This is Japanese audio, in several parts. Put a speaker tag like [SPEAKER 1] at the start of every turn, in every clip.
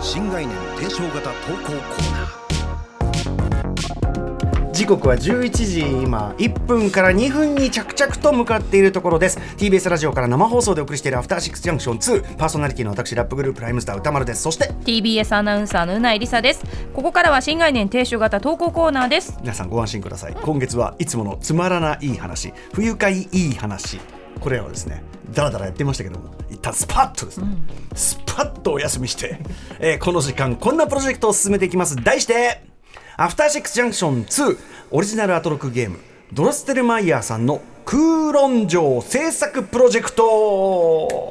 [SPEAKER 1] 新概念提唱型投稿コーナー
[SPEAKER 2] 時刻は11時今1分から2分に着々と向かっているところです TBS ラジオから生放送でお送りしているアフターシックスジャンクション2パーソナリティの私ラップグループライムスター歌丸ですそして
[SPEAKER 3] TBS アナウンサーのうないりさですここからは新概念提唱型投稿コーナーです
[SPEAKER 2] 皆さんご安心ください今月はいつものつまらないいい話不愉快いい話これらをですねだらだらやってましたけども一旦スパッとですね、スパッとお休みして、えーこの時間こんなプロジェクトを進めていきます題して「アフターシックスジャンクション2」オリジナルアトロクゲームドロステルマイヤーさんの空論城制作プロジェクト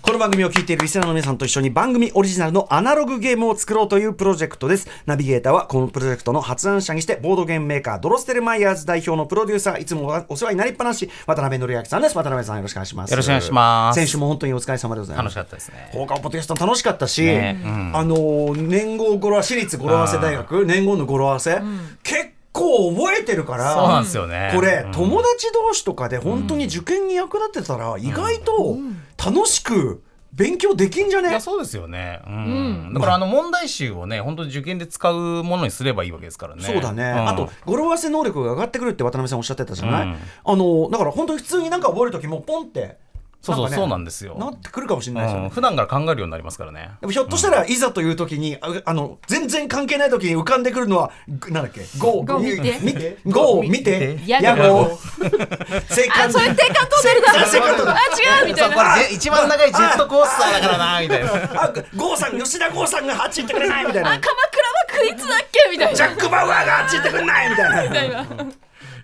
[SPEAKER 2] この番組を聞いているリスナーの皆さんと一緒に番組オリジナルのアナログゲームを作ろうというプロジェクトです。ナビゲーターはこのプロジェクトの発案者にして、ボードゲームメーカー、ドロステルマイヤーズ代表のプロデューサー、いつもお世話になりっぱなし、渡辺則明さんです。渡辺さんよろしくお願いします。
[SPEAKER 4] よろしくお願いします
[SPEAKER 2] 先週も本当にお疲れ様でございます。
[SPEAKER 4] 楽しかったですね
[SPEAKER 2] 放課後ポッドキャスト楽しかったし、
[SPEAKER 4] ねう
[SPEAKER 2] あのー年号語呂合わせ私立語呂合わせ大学年号の語呂合わせ、結構覚えてるから
[SPEAKER 4] そうなんですよね
[SPEAKER 2] これ、
[SPEAKER 4] うん
[SPEAKER 2] 友達同士とかで本当に受験に役立ってたら、意外と楽しく勉強できんじゃね、
[SPEAKER 4] いやそうですよね、うんだからあの問題集をね本当に受験で使うものにすればいいわけですからね
[SPEAKER 2] そうだね、
[SPEAKER 4] ん
[SPEAKER 2] あと語呂合わせ能力が上がってくるって渡辺さんおっしゃってたじゃない、
[SPEAKER 4] うん
[SPEAKER 2] あのだから本当に普通になんか覚える時もポンって
[SPEAKER 4] そうそう
[SPEAKER 2] かね
[SPEAKER 4] そうなんですよ
[SPEAKER 2] なってくるかもしれないですよ
[SPEAKER 4] う
[SPEAKER 2] ね
[SPEAKER 4] ん、普段から考えるようになりますか らね
[SPEAKER 2] でもひょっとしたらいざという時に、ああの全然関係ない時に浮かんでくるのはぐなんだっけ「ゴー
[SPEAKER 3] ゴー
[SPEAKER 2] 見
[SPEAKER 3] 見て
[SPEAKER 2] て」「ゴー見て」「
[SPEAKER 3] や
[SPEAKER 2] や
[SPEAKER 3] ご
[SPEAKER 2] ご」「正解
[SPEAKER 3] あそれ定冠取ってるだろ
[SPEAKER 2] 正冠取る
[SPEAKER 3] あ違うみたいな
[SPEAKER 4] れ一番長いジェットコースターだからなみたいな
[SPEAKER 2] あゴーさん吉田ゴーさんがあっち行ってくれない」みたい
[SPEAKER 3] あ鎌
[SPEAKER 2] な
[SPEAKER 3] 倉幕いつだっけみた
[SPEAKER 2] 「
[SPEAKER 3] い
[SPEAKER 2] ジャ
[SPEAKER 3] な
[SPEAKER 2] ック・バウアーがあっち行ってくれない」みたい
[SPEAKER 3] み
[SPEAKER 2] な
[SPEAKER 3] た。いな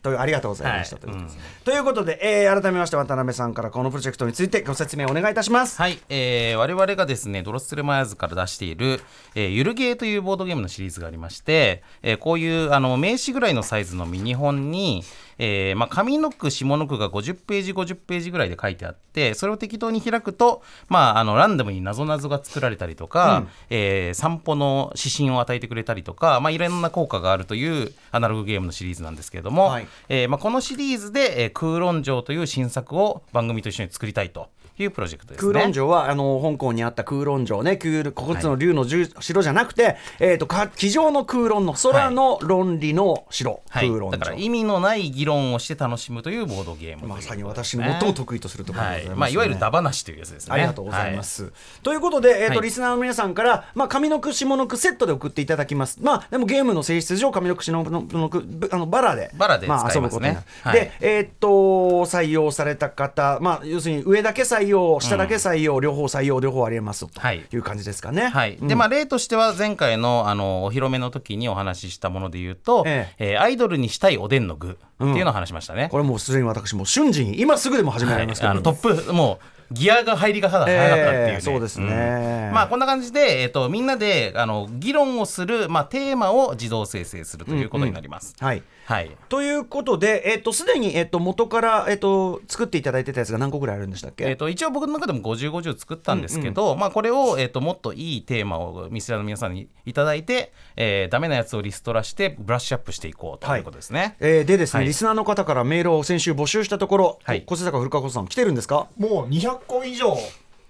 [SPEAKER 2] というありがとうございました、
[SPEAKER 4] はい
[SPEAKER 2] ということですということで、えー改めまして渡辺さんからこのプロジェクトについてご説明お願いいたします。
[SPEAKER 4] はい、えー、我々がですねドロステルマイヤーズから出している、えーゆるゲーというボードゲームのシリーズがありまして、えーこういうあの名刺ぐらいのサイズのミニ本に、えーまあ、上の句下の句が50ページ50ページぐらいで書いてあってそれを適当に開くと、まあ、あのランダムになぞなぞが作られたりとか、えー散歩の指針を与えてくれたりとか、まあ、いろんな効果があるというアナログゲームのシリーズなんですけれども、
[SPEAKER 2] はい
[SPEAKER 4] えーまあ、このシリーズで、えー空論城という新作を番組と一緒に作りたいというプロジェクトですね。
[SPEAKER 2] 空論城はあの香港にあった空論城ね空9つの竜の十城じゃなくて、えー、とか机上の空論の空の論理の城、
[SPEAKER 4] はい、
[SPEAKER 2] 空論
[SPEAKER 4] だから
[SPEAKER 2] 城。
[SPEAKER 4] 意味のない議論をして楽しむというボードゲームということ
[SPEAKER 2] ま
[SPEAKER 4] です
[SPEAKER 2] さ
[SPEAKER 4] ね、
[SPEAKER 2] に私の最も得意とするところでご
[SPEAKER 4] は
[SPEAKER 2] ざい
[SPEAKER 4] い
[SPEAKER 2] ます、ね
[SPEAKER 4] まあ、いわゆるダバなしというやつですね
[SPEAKER 2] ありがとうございま、す。ということで、えーと
[SPEAKER 4] はい
[SPEAKER 2] リスナーの皆さんから、まあ、上の句下の句セットで送っていただきます、まあ、でもゲームの性質上上の句下の句ぶあのバラで
[SPEAKER 4] バラで
[SPEAKER 2] まあ、
[SPEAKER 4] 使
[SPEAKER 2] 遊ぶ
[SPEAKER 4] いま
[SPEAKER 2] こ
[SPEAKER 4] す
[SPEAKER 2] とに
[SPEAKER 4] ね
[SPEAKER 2] なる、
[SPEAKER 4] はい
[SPEAKER 2] で、えーっと採用された方、まあ、要するに上だけ採用下だけ採用、両方採用両方ありえますと
[SPEAKER 4] はい
[SPEAKER 2] いう感じですかね。
[SPEAKER 4] はい
[SPEAKER 2] うん
[SPEAKER 4] でまあ、例としては前回のあのお披露目の時にお話ししたもので言うと、
[SPEAKER 2] え
[SPEAKER 4] えーアイドルにしたいおでんの具っていうのを話しましたね。
[SPEAKER 2] これもうすでに私もう瞬時に今すぐでも始められますけ
[SPEAKER 4] はい
[SPEAKER 2] ど、
[SPEAKER 4] あのトップもうギアが入りが早かったっていう、ね
[SPEAKER 2] ええそうですね
[SPEAKER 4] んまあこんな感じで、えっとみんなであの議論をする、まあ、テーマを自動生成するということになります。
[SPEAKER 2] はい
[SPEAKER 4] はい
[SPEAKER 2] ということで、えっとすでに、えっと元から、えっと作っていただいてたやつが何個ぐらいあるんでしたっけ、
[SPEAKER 4] えー、と一応僕の中でも5050作ったんですけど、まあ、これを、えー、ともっといいテーマをミスラの皆さんにいただいて、えー、ダメなやつをリストラしてブラッシュアップしていこうと
[SPEAKER 2] はい
[SPEAKER 4] いうことですね。
[SPEAKER 2] えーでですね、
[SPEAKER 4] はい
[SPEAKER 2] リスナーの方からメールを先週募集したところ、
[SPEAKER 4] はい
[SPEAKER 2] 小瀬坂古川子さん来てるんですか
[SPEAKER 5] もう200個以上、も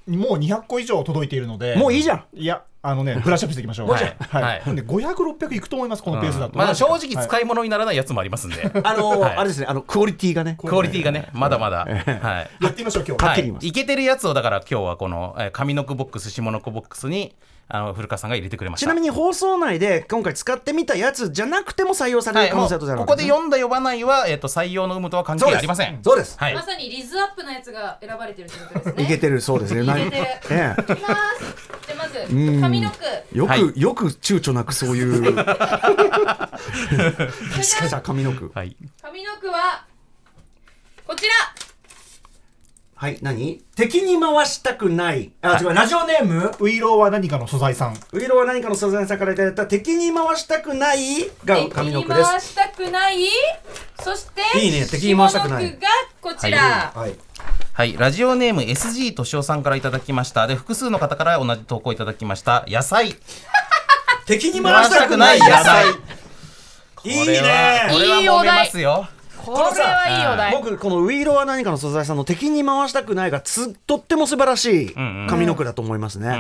[SPEAKER 5] う200個以上届いているので、
[SPEAKER 2] もういいじゃん
[SPEAKER 5] いや、あのね、ブラッシュアップしていきましょう。
[SPEAKER 4] もういいじゃん
[SPEAKER 5] は
[SPEAKER 4] はい
[SPEAKER 5] い。なんで500、600いくと思います、このペースだと。
[SPEAKER 4] まあ、正直
[SPEAKER 5] はい
[SPEAKER 4] 使い物にならないやつもありますんで、
[SPEAKER 2] あのー
[SPEAKER 4] はい
[SPEAKER 2] あれですねあのクオリティがね
[SPEAKER 4] クオリティがねまだまだ、はい
[SPEAKER 5] やってみましょう、今日。
[SPEAKER 2] は
[SPEAKER 4] は
[SPEAKER 2] っきり言いま
[SPEAKER 4] い
[SPEAKER 2] す
[SPEAKER 4] いけてるやつをだから今日はこの、えー、上の句ボックス下の句ボックスにあの古川さんが入れてくれました
[SPEAKER 2] ちなみに放送内で今回使ってみたやつじゃなくても採用さ
[SPEAKER 4] は
[SPEAKER 2] れる
[SPEAKER 4] い、
[SPEAKER 2] 可能
[SPEAKER 4] も
[SPEAKER 2] 性とじゃ
[SPEAKER 4] う
[SPEAKER 2] な
[SPEAKER 4] こ
[SPEAKER 2] くて
[SPEAKER 4] こで読んだ呼ばないは、えー、と採用の有無とは関係ありません。
[SPEAKER 2] そうです
[SPEAKER 4] はい
[SPEAKER 6] まさにリズアップのやつが選ばれてるってことですね。
[SPEAKER 2] いけてるそうですね
[SPEAKER 6] いけてる。
[SPEAKER 2] え
[SPEAKER 6] いきます。じゃあまず
[SPEAKER 2] ん
[SPEAKER 6] 上の句。
[SPEAKER 2] えよく、
[SPEAKER 4] はい
[SPEAKER 2] よく躊躇なくそういう 確かに上の句
[SPEAKER 4] はい、
[SPEAKER 6] 上の句はこちら。
[SPEAKER 2] はい何敵に回したくないあ、違うラジオネーム
[SPEAKER 5] ウイローは何かの素材さん。
[SPEAKER 2] ウイロは何かの素材にさからいただいた敵に回したくないが
[SPEAKER 6] 敵
[SPEAKER 2] 上の
[SPEAKER 6] に
[SPEAKER 2] 句です
[SPEAKER 6] 回したくない。そして
[SPEAKER 2] いいね敵に回したくない
[SPEAKER 6] 下の句がこちら。
[SPEAKER 2] はい
[SPEAKER 4] はい、ラジオネーム SG 敏夫さんからいただきました。で、複数の方から同じ投稿いただきました。野菜。
[SPEAKER 2] 敵に
[SPEAKER 4] 回したくない野菜。
[SPEAKER 2] いい
[SPEAKER 4] これは
[SPEAKER 2] ね
[SPEAKER 4] これはい
[SPEAKER 3] いお
[SPEAKER 4] 揉め
[SPEAKER 3] 題
[SPEAKER 4] ますよ。
[SPEAKER 3] これはいいお題
[SPEAKER 2] 僕この「ウィーローは何かの素材さん」の敵に回したくないがつとっても素晴らしい
[SPEAKER 4] んうん
[SPEAKER 2] 上の句だと思いますね、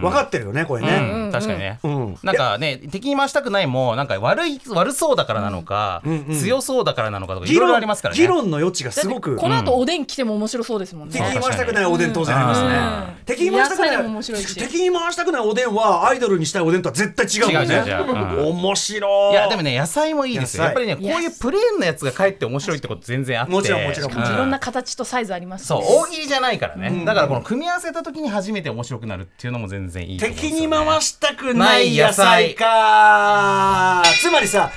[SPEAKER 2] 分かってるよねこれね、
[SPEAKER 4] うん確かにね、
[SPEAKER 2] ん
[SPEAKER 4] なんかね敵に回したくないもなんか悪い悪そうだからなのか、強そうだからなのかとかい
[SPEAKER 2] 議
[SPEAKER 4] ろいろ
[SPEAKER 2] 論
[SPEAKER 4] ありますからね
[SPEAKER 2] 議論の余地がすごく
[SPEAKER 7] この後おでん来ても面白そうですもん
[SPEAKER 2] 敵
[SPEAKER 7] ね
[SPEAKER 2] に回したくないおでん当然ありますね、
[SPEAKER 7] うん
[SPEAKER 2] 敵に回したく
[SPEAKER 7] 野菜も面白
[SPEAKER 2] ないい
[SPEAKER 7] し
[SPEAKER 2] 敵に回したくないおでんはアイドルにしたいおでんとは絶対違うもんね
[SPEAKER 4] 違う違う違うう
[SPEAKER 2] 面白い
[SPEAKER 4] いやでもね野菜もいいですよ
[SPEAKER 2] 野
[SPEAKER 4] やっぱ
[SPEAKER 2] 菜
[SPEAKER 4] りねこういうプレーンなやつがかえって面白いってこと全然あって
[SPEAKER 2] もちろんもちろん
[SPEAKER 4] う
[SPEAKER 7] いろんな形とサイズあります
[SPEAKER 4] そう
[SPEAKER 7] ね
[SPEAKER 4] 大喜利じゃないからね、だからこの組み合わせた時に初めて面白くなるっていうのも全然いいと思うんです
[SPEAKER 2] 敵
[SPEAKER 4] よね
[SPEAKER 2] に回したくない野菜かつまりさ、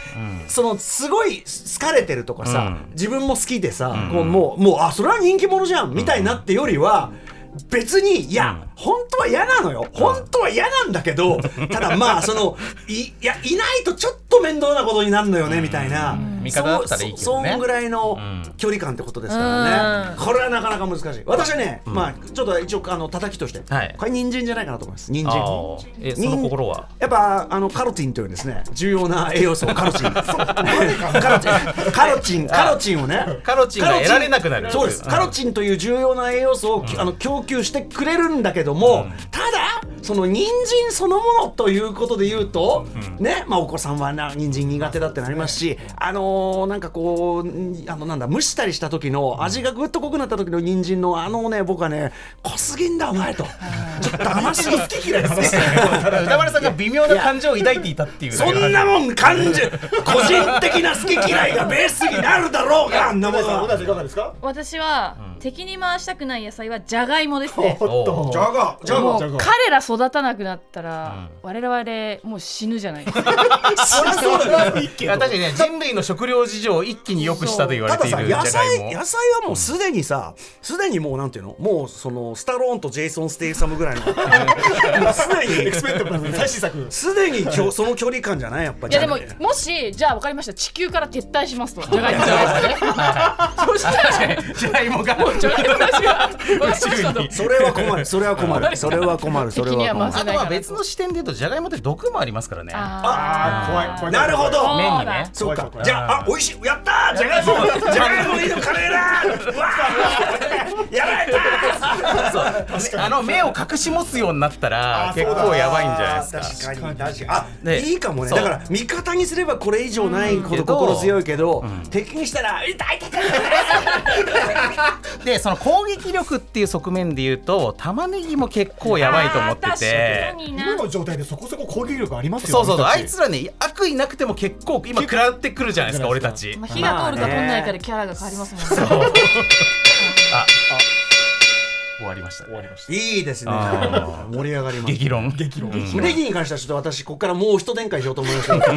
[SPEAKER 2] そのすごい好かれてるとかさ、
[SPEAKER 4] う
[SPEAKER 2] 自分も好きでさ、こうもうもうあそれは人気者じゃんみたいなってよりは、別にいや、本当は嫌なのよ本当は嫌なんだけ ど、ただまあそのいいやいないとちょっと面倒なことになるのよね、みたいな、
[SPEAKER 4] 味方だったらいいけどね
[SPEAKER 2] そそんぐらいの
[SPEAKER 4] うん
[SPEAKER 2] 距離感ってことですからね、これはなかなか難しい私はね、まあちょっと一応あの叩きとして、
[SPEAKER 4] はい
[SPEAKER 2] これ人参じゃないかなと思います人
[SPEAKER 4] あ
[SPEAKER 2] 参
[SPEAKER 4] ーえその心は
[SPEAKER 2] やっぱあのカロティンというですね重要な栄養素カロ チンカロチンカロチンカロチンをね
[SPEAKER 4] カロチンが得られなくなる
[SPEAKER 2] そうですカロチンという重要な栄養素を、あの供給してくれるんだけども、ただその人参そのものということで言うと、ねまあお子さんはな人参苦手だってなりますし、あのーなんかこうんあのなんだ蒸したりした時の味がぐっと濃くなった時の人参のあのね僕はね濃すぎんだお前とちょっと甘すぎ好き嫌いですね
[SPEAKER 4] 歌丸さんが微妙な感情を抱いていたっていう
[SPEAKER 2] そんなもん感じ個人的な好き嫌いがベースになるだろうがあんなも
[SPEAKER 5] 皆
[SPEAKER 2] の
[SPEAKER 5] さん、お
[SPEAKER 2] は
[SPEAKER 5] 題いかがですか
[SPEAKER 7] 私は、敵に回したくない野菜はじゃがいもですね
[SPEAKER 5] おっと。
[SPEAKER 2] じゃが
[SPEAKER 5] じゃ
[SPEAKER 7] も
[SPEAKER 5] が、じゃ
[SPEAKER 7] う
[SPEAKER 5] が。
[SPEAKER 7] 彼ら育たなくなったら、我々もう死ぬじゃないですか
[SPEAKER 5] そうだね。いいけど
[SPEAKER 4] 確かにね人類の食料事情を一気に良くしたと言われ
[SPEAKER 2] た
[SPEAKER 4] て
[SPEAKER 2] ださ
[SPEAKER 4] いるじゃ
[SPEAKER 2] 野
[SPEAKER 4] が
[SPEAKER 2] 菜
[SPEAKER 4] いも
[SPEAKER 2] 野菜はもうすでにさすでにもうなんていうのもうそのスタローンとジェイソン・ステイサムぐらいのもうすで
[SPEAKER 5] エ
[SPEAKER 2] に
[SPEAKER 5] クスペクトブル最新作。
[SPEAKER 2] すでにきょその距離感じゃないやっぱ
[SPEAKER 7] い
[SPEAKER 2] り
[SPEAKER 7] やでももしじゃあ分かりました地球から撤退しますとじゃがいもじゃないですかねそしたら
[SPEAKER 4] じゃがいもが
[SPEAKER 7] じゃがいもたちが分かりましたと
[SPEAKER 2] それは困るそれは困 るそれは困るそれは
[SPEAKER 7] 敵には
[SPEAKER 2] 困
[SPEAKER 7] 回
[SPEAKER 2] る
[SPEAKER 7] せ
[SPEAKER 4] あ
[SPEAKER 7] な
[SPEAKER 4] と
[SPEAKER 7] いか
[SPEAKER 4] は
[SPEAKER 7] ら
[SPEAKER 4] 別の視点で言うとじゃがいもって毒もありますからね
[SPEAKER 5] ああ、怖い怖い怖い。
[SPEAKER 2] なるほど
[SPEAKER 7] あ ー
[SPEAKER 4] 麺にね
[SPEAKER 2] そうか
[SPEAKER 5] 怖い怖い
[SPEAKER 2] じゃああ美味しいやったーじゃがいもじゃがいもいいのカレーだーうわーやられた
[SPEAKER 4] あの目を隠し持つようになったら
[SPEAKER 5] あそう
[SPEAKER 4] 結
[SPEAKER 5] だ
[SPEAKER 4] 構やばいんじゃないですか
[SPEAKER 2] 確かに確かにあ、
[SPEAKER 4] ね
[SPEAKER 2] いいかもね
[SPEAKER 4] そう
[SPEAKER 2] だから味方にすればこれ以上ないほ
[SPEAKER 4] け
[SPEAKER 2] ど
[SPEAKER 4] ど
[SPEAKER 2] 心強いけど、敵にしたら痛い痛い痛い
[SPEAKER 4] でその攻撃力っていう側面で言うと玉ねぎも結構やばいと思ってて
[SPEAKER 5] 今の状態でそこそこ攻撃力ありますよ。
[SPEAKER 4] そうそうそうあい
[SPEAKER 5] 私
[SPEAKER 4] つらね悪意なくても結構今食らってくるじゃないですか俺たち
[SPEAKER 7] まあ、火が通るか通んないかでキャラが変わりますもんね
[SPEAKER 4] 終わりましたね
[SPEAKER 5] 終わりました。
[SPEAKER 2] いいですね
[SPEAKER 4] あ
[SPEAKER 2] 盛り上がります
[SPEAKER 4] 激論
[SPEAKER 5] 激論。
[SPEAKER 2] ネギに関してはちょっと私ここからもう一展開しようと思いますけどあと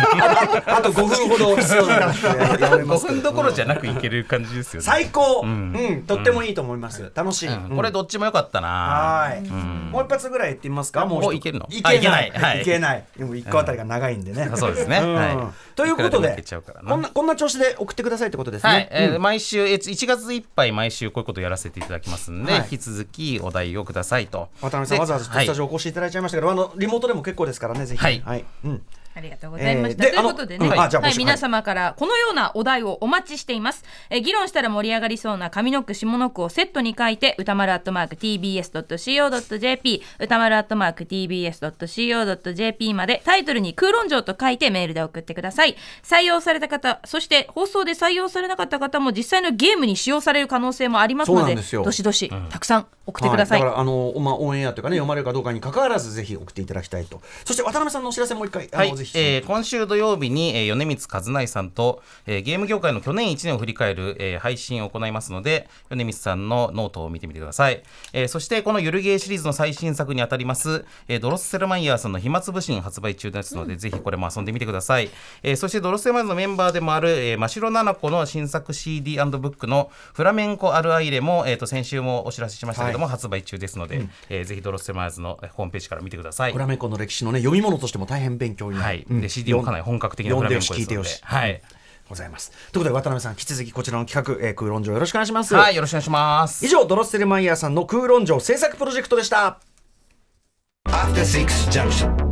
[SPEAKER 2] あと5分ほど必要なのでやめま
[SPEAKER 4] 5
[SPEAKER 2] すけど
[SPEAKER 4] 分どころじゃなくいける感じですよね
[SPEAKER 2] 最高、う
[SPEAKER 4] うん
[SPEAKER 2] んとってもいいと思います、楽しい、
[SPEAKER 4] うんこれどっちも良かったな
[SPEAKER 2] はーい、もう一発ぐらいやってみますかもう
[SPEAKER 4] もう
[SPEAKER 2] 一
[SPEAKER 4] いけるの
[SPEAKER 2] い
[SPEAKER 4] あい
[SPEAKER 2] け
[SPEAKER 4] けな
[SPEAKER 2] ないい、
[SPEAKER 4] はい
[SPEAKER 2] いけないでも1個あたりが長いんでね、
[SPEAKER 4] そうですね
[SPEAKER 2] うん
[SPEAKER 4] はい
[SPEAKER 2] ということ
[SPEAKER 4] くらも
[SPEAKER 2] で
[SPEAKER 4] けちゃうからな
[SPEAKER 2] こんなこんな調子で送ってくださいってことですね、
[SPEAKER 4] はい、えー毎週え1月いっぱい毎週こういうことやらせていただきますんで、
[SPEAKER 2] はい
[SPEAKER 4] 引き続きお題をくださいと
[SPEAKER 2] 渡辺さん
[SPEAKER 4] で
[SPEAKER 2] わざわざ
[SPEAKER 4] は
[SPEAKER 2] ス
[SPEAKER 4] い
[SPEAKER 2] タジオお越しいただいちゃいましたけど、あのリモートでも結構ですからねぜひ
[SPEAKER 4] はい
[SPEAKER 2] うん
[SPEAKER 3] ありがとうございました。
[SPEAKER 2] えーで
[SPEAKER 3] ということでね、
[SPEAKER 2] あのうんあじゃあ
[SPEAKER 3] は
[SPEAKER 2] も
[SPEAKER 3] い、
[SPEAKER 2] し
[SPEAKER 3] 皆様からこのようなお題をお待ちしています。えー議論したら盛り上がりそうな上の句、下の句をセットに書いて、歌丸アットマーク tbs.co.jp、歌丸アットマーク tbs.co.jp までタイトルに空論城と書いてメールで送ってください。採用された方、そして放送で採用されなかった方も実際のゲームに使用される可能性もありますの
[SPEAKER 2] そうな
[SPEAKER 3] で、
[SPEAKER 2] んですよ
[SPEAKER 3] どしどし、たくさん送ってください。
[SPEAKER 2] はい、だからあの、まあ、オンエアというかね読まれるかどうかに関わらずぜひ送っていただきたいとそして渡辺さんのお知らせもう一回あの、
[SPEAKER 4] はい、え
[SPEAKER 2] ぜひ、
[SPEAKER 4] ー今週土曜日に、えー米光和成さんと、えーゲーム業界の去年1年を振り返る、えー配信を行いますので米光さんのノートを見てみてください、えーそしてこのゆるゲーシリーズの最新作にあたります、えードロッセルマイヤーさんの暇つぶしに発売中ですので、ぜひこれも遊んでみてください、えーそしてドロッセルマイヤーのメンバーでもある、えー、真白菜々子の新作 CD& ブックのフラメンコアルアイレも、えー、と先週もお知らせしましたけども、発売中ですので、えーぜひドロッセルマイヤーズのえーホームページから見てください
[SPEAKER 2] フラメンコの歴史のね読み物としても大変勉強になる
[SPEAKER 4] はい、
[SPEAKER 2] うん
[SPEAKER 4] で CD もかなり本格的なフラメンコですので
[SPEAKER 2] 読んでよし聞いてよし
[SPEAKER 4] はい、
[SPEAKER 2] ございますということで渡辺さん引き続きこちらの企画、えー、空論上よろしくお願いします、
[SPEAKER 4] はい、よろしくお願いします
[SPEAKER 2] 以上ドロッセルマイヤーさんの空論上制作プロジェクトでした
[SPEAKER 1] アフターシックスジャンクション